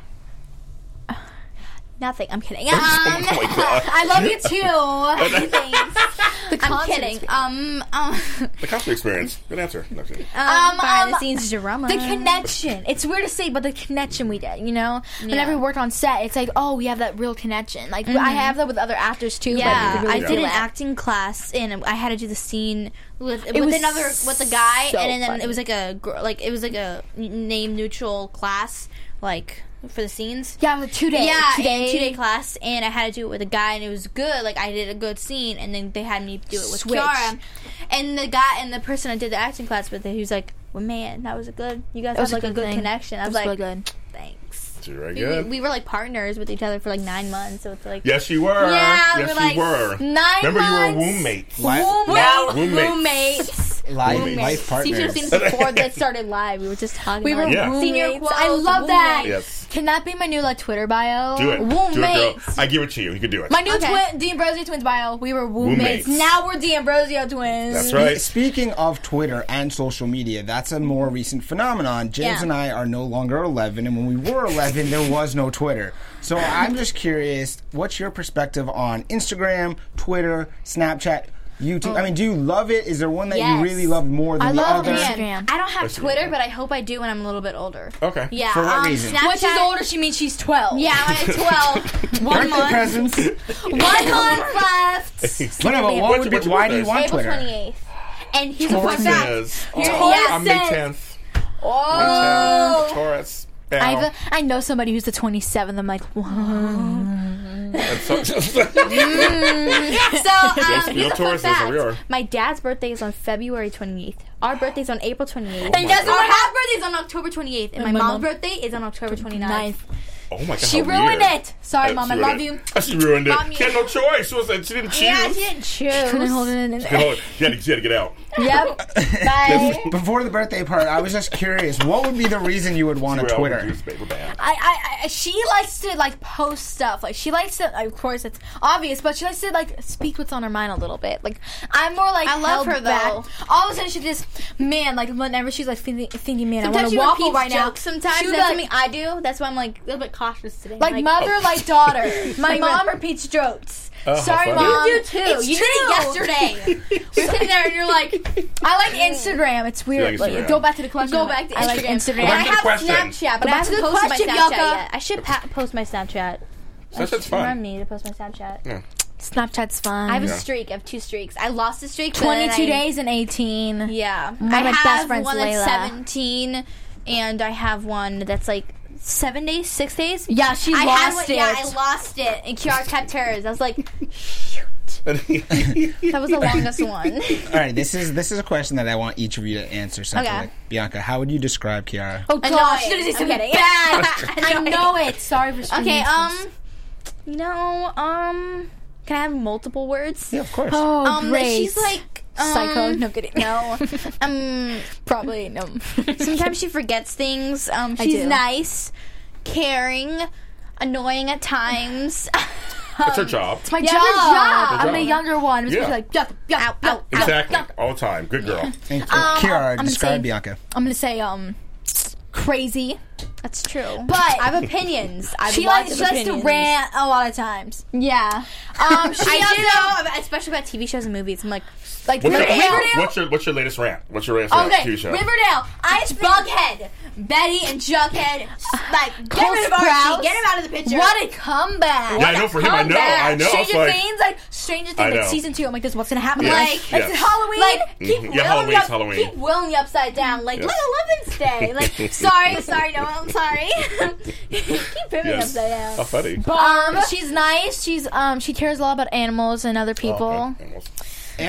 Nothing. I'm kidding.
oh
Um,
my god.
I love you too. Thanks. the
I'm
concert
kidding.
experience.
Um, um,
The concert experience. Good answer. No, I'm kidding.
um, behind the
um,
scenes drama.
the connection. It's weird to say, but the connection we did, you know? Whenever we worked on set, it's like, oh, we have that real connection. Like, I have that with other actors too.
Mm-hmm. Yeah,
but
I
we
did
really
an
feel it.
acting class, and I had to do the scene with with
was
another with a guy,
so
and then
funny.
it was like a gr- like it was like a name neutral class, like for the scenes.
Yeah, with two days.
yeah,
two days.
two day class, and I had to do it with a guy, and it was good. Like I did a good scene, and then they had me do it with
Switch.
Kiara, and the guy and the person I did the acting class with, he was like, "Well, man, that was a good. You guys have
was a
like a
good
good
thing.
connection."
It
I was,
was
like,
really good.
"Thanks."
You're very
We,
good.
we were like partners with each other for like nine months, so it's like
yes, you were.
Yeah, we
yes,
were like
you were.
nine
Remember, you were
months.
a roommate.
Li-
Now roommates.
roommates. roommates.
life,
Roommates.
life
See, you should have seen
partners.
this before that started live. We were just talking.
We were
about
Yeah.
Senior
roommates. I
quotes,
love that.
Yes.
Can that be my new like Twitter bio?
Do it. Do it, girl.
Roommates.
I give it to you. You can do it.
My new
Okay.
twin, D'Ambrosio twins bio. We were
Roommates.
roommates. Now we're D'Ambrosio twins.
That's right.
Speaking of Twitter and social media, that's a more recent phenomenon. James
Mm-hmm.
and
Yeah.
I are no longer 11, and when we were 11, there was no Twitter. So
Mm-hmm.
I'm just curious, what's your perspective on Instagram, Twitter, Snapchat, YouTube? I mean, do you love it? Is there one that you
Yes.
really love more than
I
the
love
other?
Instagram.
I don't have
Instagram.
Twitter, but I hope I do when I'm a little bit older.
Okay.
Yeah.
For what
um,
reason?
Snapchat-
When she's older, she means she's 12.
Yeah, I'm at 12. One
Birthday
month.
presents.
One month left.
Whatever. What
What's-
would be,
what's your
why do you
birthday?
want
April
Twitter?
28th. And here's a fun fact.
Yes.
Taurus
I'm May
says-
10th.
Oh.
Taurus.
I,
Now.
have a, I know somebody who's the 27th. I'm like, whoa.
So, um,
real
here's a fun
Taurus, that's how we are.
fact. My dad's birthday is on February 28th. Our birthday's on April 28th.
And guess
Our
what
half birthday is on October 28th. And, my,
my
mom's
mom-
birthday is on October 29th. ninth.
oh my god.
She
how
ruined
weird.
it. Sorry,
Yeah,
Mom.
she
I
ruined
love you.
it. She ruined it.
Mom,
She had no choice. She, was, she didn't choose.
Yeah, she didn't choose.
Couldn't hold it in.
She, had, she, had to, she had to get out.
Yep. Bye.
Before the birthday part, I was just curious, what would be the reason you would want a
We're all
Twitter?
reduced, babe. We're bad.
I, I, I, she likes to like post stuff. Like she likes to, of course, it's obvious, but she likes to like speak what's on her mind a little bit. Like I'm more like
I love
held
her,
back.
though.
All of a sudden she just, man, like whenever she's like thinking, thinking man,
Sometimes
I
she
want to waffle
repeats
right
jokes
now.
Sometimes
She would
that's
be
something I do. That's why I'm like a little bit cautious today.
like, like mother, like daughter. My
Like
mom repeats jokes.
Oh, how
Sorry,
funny.
mom.
you do too.
It's
you
true.
did it yesterday. You're sitting there and you're like,
I like Instagram. It's weird.
You like
Like,
Instagram.
go back to the question.
go back to Instagram.
I like Instagram.
Go
And I
back to the
have
question.
Snapchat,
Go back to
but I haven't
the
posted
question,
my Snapchat
Bianca.
yet. I should pa- post my Snapchat.
That's, that's
Remind
fun.
me to post my Snapchat.
Snapchat's fun.
I have a streak. I have two streaks. I lost a streak. but then
22
I-
days and 18.
Yeah,
of
I
my
have
best friends,
one that's
Layla.
seventeen, and I have one that's like seven days, six days.
Yeah, she
I had
lost
one-
it.
Yeah, I lost it, and Kiara kept hers. I was like,
That's
that was the longest one.
All right, this is this is a question that I want each of you to answer. Something
Okay.
like Bianca, how would you describe Kiara?
Oh gosh,
Annoying.
should have said
I'm
something
kidding.
bad. I
Annoying.
know it. Sorry for screaming.
Okay, um, you know, um, can I have multiple words?
Yeah, of course.
Oh,
Um,
great.
she's like um,
psycho. No kidding.
No, um,
probably no.
sometimes she forgets things. Um,
I
she's
do.
nice, caring, annoying at times. Um,
Um,
her job.
my
Yeah,
job.
her job.
I'm the
job.
younger one. I'm
Yeah.
just gonna be like, yuck, yuck, yuck, yuck.
Exactly. All the time. Good girl.
Thank you.
um,
Kiara,
I'm
describe
insane.
Bianca.
I'm gonna say um, crazy.
That's true.
But
I have opinions. I have
she
lots
likes she
of
likes to
opinions.
rant a lot of times.
Yeah,
Um, she also,
I do know, especially about TV shows and movies. I'm like,
like
What's your,
Riverdale.
what's your what's your latest rant? What's your latest rant?
Okay,
TV show?
Riverdale. I just Bughead, Betty, and Jughead. Like, get rid of Archie. Get him out of the picture. What a comeback!
Yeah, I know for him, I know, I know.
Stranger
It's like-
Things, like Stranger
I
Things, like
know.
season two. I'm like, this is what's gonna happen.
Yes,
Like,
yes.
it's Halloween. Like, keep
Mhm.
mm
Yeah, Halloween's
up,
Halloween.
Keep willing me upside down. Like,
Yes.
look at Day. Like, sorry, sorry, no, I'm sorry. keep him
Yes. Oh.
upside down.
How funny.
Um, she's nice. She's um, she cares a lot about animals and other people.
Oh, okay.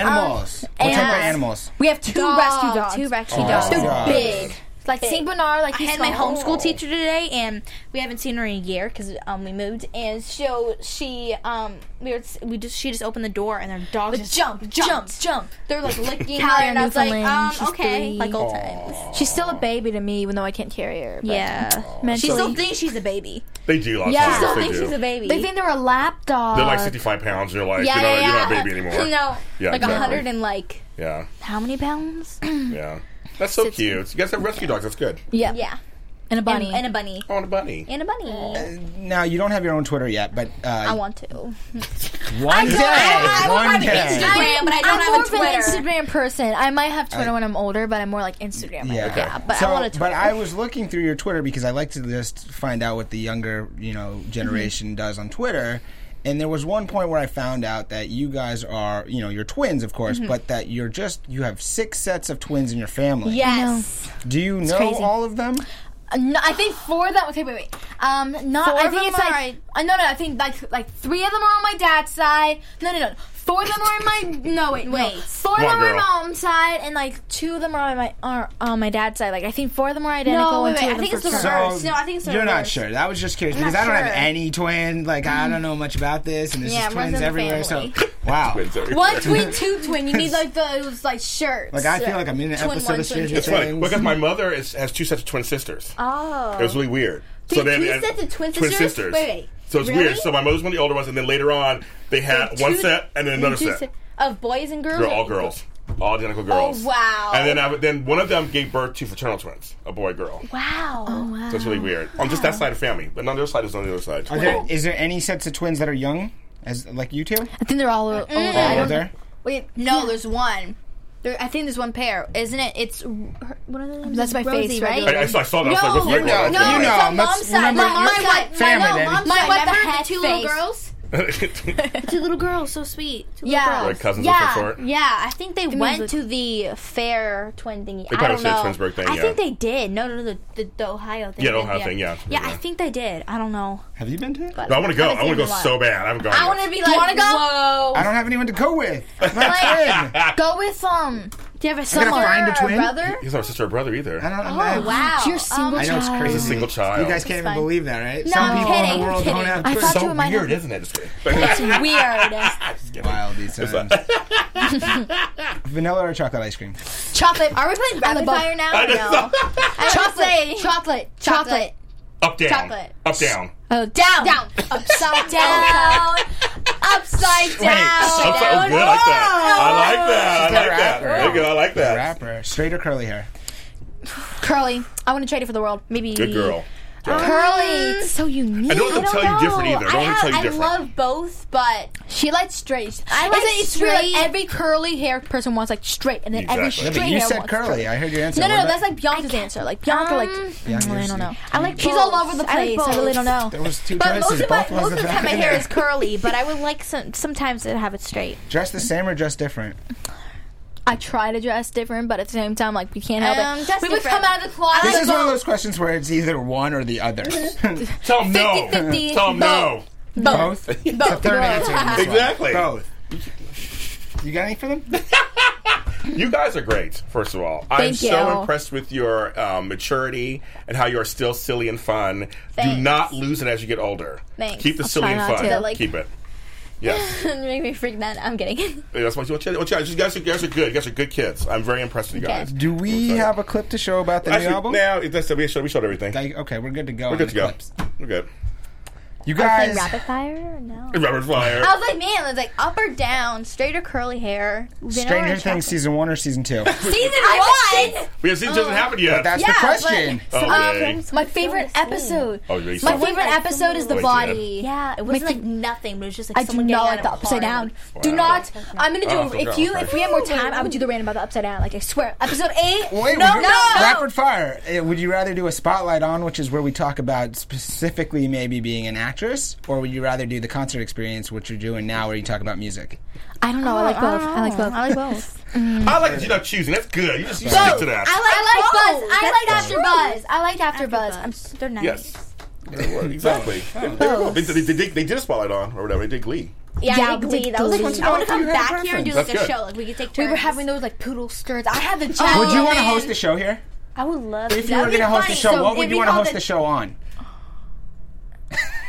Animals.
Almost.
what type of
animals.
animals?
We have two rescue dogs.
two rescue
Oh,
dogs.
rescue dogs.
big. Like Saint Bernard, like
I
he's
had my
small.
homeschool teacher today, and we haven't seen her in a year because um, we moved. And so she, um, we were, we just she just opened the door, and their dog just
Jump, jump, jump.
They're like licking her,
Callie,
and I was like,
Newfoundland,
um,
she's
okay,
three.
like old times.
She's still a baby to me, even though I can't carry her. but
Yeah, she
mentally.
still thinks she's a baby.
They do a lot of
Yeah.
times.
Still
they
thinks
do.
she's a baby.
They think they're a lap dog.
They're like 65 pounds. You're like, you're,
yeah,
not,
yeah,
you're not
yeah.
a baby anymore.
No,
Yeah,
like a
exactly.
hundred and like
Yeah,
how many pounds?
yeah. That's so cute. You guys have rescue dogs. That's good.
yeah.
Yeah.
And a bunny.
and, and a bunny,
I
Uh,
want a bunny.
and a bunny.
Now you don't have your own Twitter yet, but uh,
I want to.
one day,
I don't
one
have an
day.
Instagram. Instagram, but I don't
I'm
have a
more of
Twitter.
an Instagram person. I might have Twitter when I'm older, but I'm more like Instagram.
Yeah,
Okay.
but I
so,
want a
But
Twitter.
I was looking through your Twitter because I like to just find out what the younger, you know,
Mm-hmm.
generation does on Twitter. And there was one point where I found out that you guys are, you know, you're twins, of course,
Mm-hmm.
but that you're just you have six sets of twins in your family.
Yes.
Do you know
crazy.
all of them?
Uh, No, I think four of them. Okay, wait, wait. Um, not.
Four
I
of
think
them
it's like.
are-
uh, no, no. I think like like three of them are on my dad's side. No, no, no. Four of them are on my. No, wait,
Wait.
wait. Four of
Come on,
them are on
girl.
my mom's side, and like two of them are on my are on my dad's side. Like I think four of them are identical.
No, wait,
and two
wait,
of
I
them
think it's
for
the
sure.
reverse. No, I think it's the
You're not
reverse.
sure. That was just curious because
not
I don't have
sure. Mm.
any twins. Like I don't know much about this, and there's
Yeah,
just
runs
twins
in the
everywhere. So
family.
wow,
Twins everywhere.
One twin, two twin. You need like those like shirts.
like I feel like I'm in an
Twin
episode
one,
of Stranger
twin
It's funny
Things.
because my mother is, has two sets of twin sisters.
Oh.
It was really weird.
They had two sets of twin sisters? Wait, wait.
So it's
Really?
weird. So my mother's one of the older ones, and then later on they had
Two-
one set and then another
two
set.
se- of boys and girls.
They're all girls, all identical girls.
wow.
And then I, then one of them gave birth to fraternal twins, a boy girl.
Wow.
So it's really weird on just that side of family, but on the other side is on the other side.
Are there, is there any sets of twins that are young, as like you two?
I think they're all o- older.
Or older?
Wait,
Mm. No, there's one. There, I think there's one pair, isn't it? It's her- what are they?
That's my
Rosie,
face,
right?
right?
I, I saw, I saw that. I was like, what's
No,
the regular?
no, you know.
What's the
It's
let's
on mom's side.
remember-
My mom's
Mom's
side.
family,
my,
baby.
no, mom's
My-
side.
what the
Remember the
heck face?
two little girls?
regular?
The two little girls, so sweet. Two
Yeah.
little
Like
girls.
cousins of
yeah,
some sort.
yeah. I think they went
was
to the fair twin thingy.
They
I
probably
don't
said
know.
Twinsburg thing,
I
yeah.
think they did. No, no, no. The, the, the Ohio thing.
Yeah, the Ohio thing, yeah.
Yeah,
Yeah.
I think they did. I don't know.
Have you been to it?
No, I want to go. I
seen
want to go
them a lot.
so bad. I haven't gone. yet.
be
like,
whoa.
I don't have anyone to go with. I'm not a twin.
Go with um. Do you have a
gotta
someone
find a
or
twin?
brother?
He's not a sister or brother either.
I don't. I'm
Oh,
not-
wow.
You're single.
I know it's
child.
crazy.
He's a single child.
You guys can't even
fine.
believe that, right?
I'm
Some people in
kidding,
the world
I'm
don't
kidding.
have
I
twins.
thought you
so
were my
weird,
husband.
isn't it? Just kidding.
Um, weird.
Just kidding.
Wild these times. Vanilla or chocolate ice cream?
Chocolate. Are we playing
Rapid fire now? or No.
Chocolate. Chocolate. Chocolate.
Up down.
Chocolate.
Up down.
Oh, down.
Down.
Upside down. Upside
Wait,
down.
up- oh, good. I like that.
She's
I like that. I
a
like that.
rapper.
There you go. I like that.
Rapper. Straight or curly hair?
Curly. I want to trade it for the world. Maybe.
Good girl.
Curly. It's so unique.
I don't let them tell you different either. I don't
I,
let them
have,
tell you
I
different.
love both, but
She likes straight.
I like
it's, it's really
straight.
like every curly hair person wants like straight, and then every
Exactly. Yeah,
straight
but
But you
hair
said
wants
curly.
straight.
I heard your answer.
No, no,
What
no.
about-
That's like Bianca's answer. Like Bianca, like
Bianca's
I don't
answer.
know.
I like
Um, She's
both.
all over the
I like
place. I,
both.
really don't know.
There was two
But
choices.
most of, my,
Both
most
was
of the time my hair is curly, but I would like some sometimes to have it straight.
dressed the same or dressed different.
I try to dress different, but at the same time, like we can't help
Um,
it.
dress
we would
different.
come out of the closet.
This
like,
is one of those questions where it's either one or the other.
Tell him no.
50-50.
Tell him no.
Both. Both. The third answer. in this one.
Exactly.
Both. You got any for them?
You guys are great, first of all. I'm
Thank
so
you.
impressed with your um, maturity and how you are still silly and fun. Do
Thanks.
not lose it as you get older.
Thanks.
Keep the
I'll
silly
try
and
not
fun.
to,
like-
Keep it. Yes.
Make me freak that. I'm kidding.
That's what you what you- what you guys, you guys are you guys are good. You guys are good kids. I'm very impressed with you
Okay.
guys.
Do we
Sorry.
have a clip to show about the new
Actually,
album?
now it- that's, we, showed, we showed everything.
Like, okay, we're good to go.
We're good to go.
Clips.
We're good.
You guys,
Rapid fire? No.
Robert Flyer.
Oh.
I was like, man, it's like up or down, straight or curly hair.
Stranger Things season one or season two?
season one.
We have seen it doesn't happen yet. Oh,
That's
Yeah,
the
but-
question.
okay.
my favorite
Don't
episode.
oh, you
My favorite episode is the
Wait,
body.
Yeah, it wasn't
Make
like nothing, but it was just like
I do
someone
not
getting
like the
out of a
upside
car.
down. Do
Wow.
not. I'm gonna do.
Oh, okay,
if you,
okay.
if we had more time, I would do the rant about the upside down. Like I swear, episode eight.
Wait,
no,
would you-
no.
Rapid fire. Eh, Would you rather do a spotlight on, which is where we talk about specifically maybe being an actress, or would you rather do the concert experience, which you're doing now, where you talk about music?
I don't know. Oh, I like both. I like both.
I like both.
I like that you're not choosing. That's good. You just you stick to that.
I like,
both.
Buzz. I
That's
like
not
After
true.
Buzz. I like After, Buzz.
Buzz.
I'm
s- they're nice.
yes. Yeah, well, exactly. They were
Oh.
cool. They, they, they, did- they did a spotlight on or whatever. They did Glee.
Yeah,
Yeah,
I
we
agree.
did
That was like,
Glee.
I want to come
You had a
back here and do like
preference.
a
That's good.
show. Like we could take
We
turns.
were having those like poodle skirts. I had the jacket.
Would you want to host a show here?
I would love
If you
That'd
were
be
going to host
funny.
a show,
So
what
it'd
would you
be
want to
all
host
the-
the show on?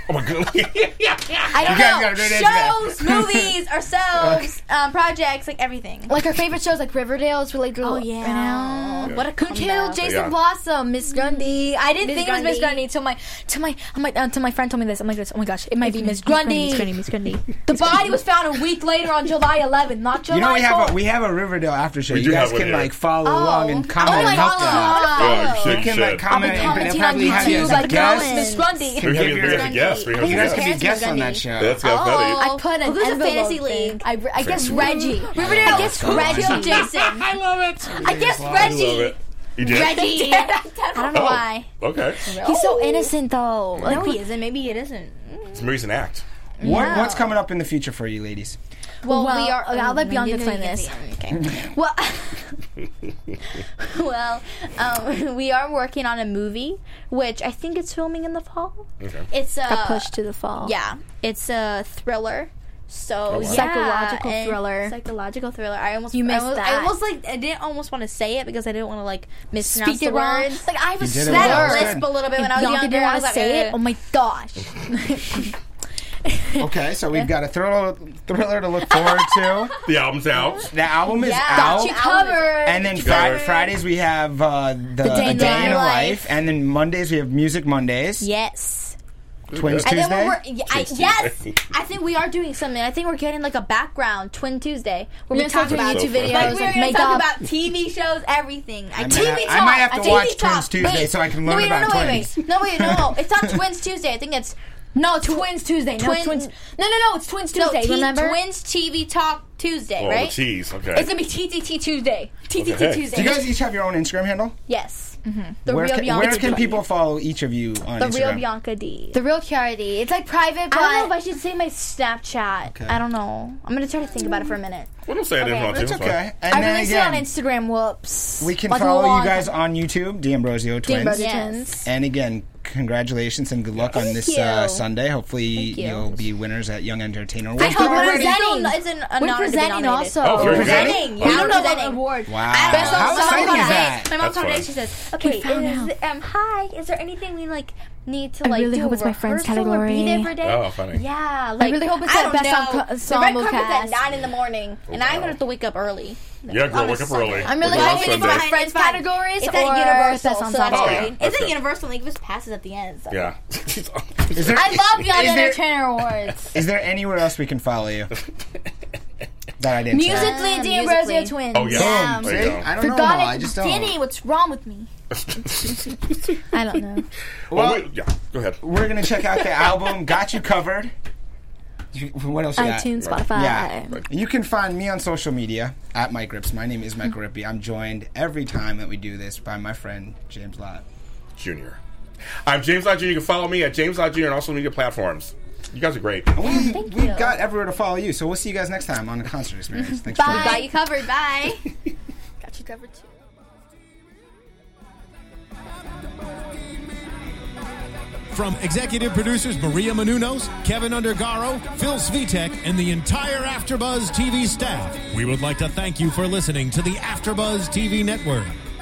Oh my god!
I don't
You gotta-
know.
you gotta do that,
Shows, movies, ourselves, um, projects, like everything.
Like our favorite shows, like Riverdale, is related to.
Oh yeah. What a
Who killed
comeback.
Jason
Yeah.
Blossom? Miss Grundy. I didn't
Miss
think it was Mm. Miss
Grundy.
Grundy till my till my till my, uh, till my friend told me this. I'm like, this. oh my gosh, it might be Miss Grundy.
Miss Grundy.
The body was found a week later on July 11th, not July.
You know we have
4th.
a we have a Riverdale after show.
We
You
do
guys
have one
can
here.
like follow along and comment
oh my
and help them.
God.
Yeah, you
You can like
should.
comment and
Commenting on
probably have you
YouTube
as a
like girls, Miss
guest.
Grundy.
We have
Give
you
your-
as a guest. We have
You
you
guys
as a
can
guest.
be guests on that
That's
show.
got funny.
I put an
Oh, who's the
envelope
fantasy
thing.
league?
I, I guess Reggie.
Riverdale.
I guess Reggie.
Jason.
I love it.
I guess
I love
Reggie.
it. You did.
Reggie. I don't know
Oh,
why.
Okay.
He's so innocent though. Like,
No, he isn't. Maybe it isn't.
It's Maurice and Act.
What, what's coming up in the future for you, ladies?
well, we are.
oh,
I'll let
no, you
Bianca
know
explain
you can
this.
see him. Okay. well, well, um, we are working on a movie, which I think it's filming in the fall.
Okay.
It's uh,
Got pushed to the fall.
Yeah, it's a thriller.
wow.
So yeah,
Psychological
and-
thriller.
Psychological thriller. I almost
You
I
missed
almost, I
that.
almost like I didn't almost want to say it because I didn't want to like mispronounce
Speak
the
it wrong.
words.
Like I have a
You did it
slur.
well. That was
lisp a little bit when I was
Bianca
younger.
didn't
I
want
was
to
like,
say it. Oh
"Ugh."
my gosh.
Okay, so we've got a thriller thriller to look forward to.
The album's out.
The album is
Yeah.
out.
Got you covered.
And then Fri
Covered.
Fridays we have uh, the,
Day
A
in
Day
My
in a
Life.
Life, and then Mondays we have Music Mondays.
Yes.
Twins
And
Tuesday.
And then we're, I, yes, I think we are doing something. I think we're getting like a background Twin Tuesday where we
gonna
talk
start doing
about
YouTube videos,
Like, we're
like
gonna
makeup.
talk about TV shows, everything. I,
I might
TV
have-
talk.
I might have to
TV
watch
talk.
Twins Tuesday
Wait.
so I can
no,
learn
wait,
about
no, no,
twins.
Wait, wait. No, wait, no, no. It's not Twins Tuesday. I think it's
No, Twins Tuesday. No,
Twin-
Twins. No, no, no. It's Twins
no,
Tuesday.
T-
remember?
Twins TV Talk Tuesday,
Oh,
right?
jeez. Okay.
It's gonna be TTT Tuesday. TTT
Okay.
Do
Tuesday.
you guys each have your own Instagram handle?
yes. Mm-hmm. The
where
real
can,
Bianca.
where can
D.
people follow each of you on
The
Instagram?
real Bianca D.
the real Carity. It's like private, but
I don't know if I should say my Snapchat. I don't know. I'm gonna try to think about it for a minute.
we don't say I didn't want to.
It's
It's
okay.
fine.
And
I
then
released
again,
it on Instagram. Whoops.
we can
Like a
follow
long
you guys
time.
on YouTube, D'Ambrosio Twins.
Brother
Yes.
Twins.
And again, congratulations and good luck on this
you.
uh, Sunday. Hopefully,
you.
you'll be winners at Young Entertainer.
I hope
We're
we're
Awards.
presenting.
presenting. It's an, an
We're
honor to be
presenting
nominated.
also.
Oh,
We're
very good.
presenting.
We
Yeah,
don't
we're
know what
presenting.
award.
Wow.
I
How
don't know.
exciting
my mom
is
called
that?
today. My mom
That's
called today.
fun.
She says, Oh. "Okay,
found
is, um, hi. Is there anything we like need to
I
like
really
do
hope
a
it's my friend's
rehearsal or
category.
be there for a day?
Oh, funny.
Yeah, like
really hope it's
I
that
don't
best
know.
enco-
the red
ensemble
carpet's at
cast.
nine in the morning,
Oh,
and
wow.
I'm gonna have to wake up early.
Yeah, girl,
On a
wake up
Sunday.
early.
I'm really
We're going
hoping
on
it's my
Sunday.
friends
fine.
categories
It's
or
at Universal,
best
so that's
ensemble.
Oh, yeah.
great.
That's
It's at
good.
Universal. and They give us passes at the end. So.
Yeah.
Is there-
I love Young
Is there-
Entertainer Awards.
Is there anywhere else we can follow you? that I didn't say?
Musically,
Ah,
Dean
musically.
Rosio Twins.
Oh, yeah.
Boom.
There
Um, See?
you go.
I don't know.
Forgot
Why.
it
I just don't.
Beginning, what's wrong with me? I don't know.
well,
Well-
Oh, wait, yeah. Go ahead.
We're gonna check out the album. Got you covered. You- What else? You got?
iTunes, Spotify.
Yeah. You can find me on social media at Mike Grips. My name is Mike
Mm-hmm.
Grippy. I'm joined every time that we do this by my friend James Lott.
Junior. I'm James Lott Jr. You can follow me at James Lott Jr. on all social media platforms. You guys are great.
We, we've got everywhere to follow you, so we'll see you guys next time on the concert experience. Thanks for
Got you covered. Bye.
Got you covered too.
From executive producers Maria Manunos, Kevin Undergaro, Phil Svitek, and the entire Afterbuzz TV staff, we would like to thank you for listening to the Afterbuzz TV network.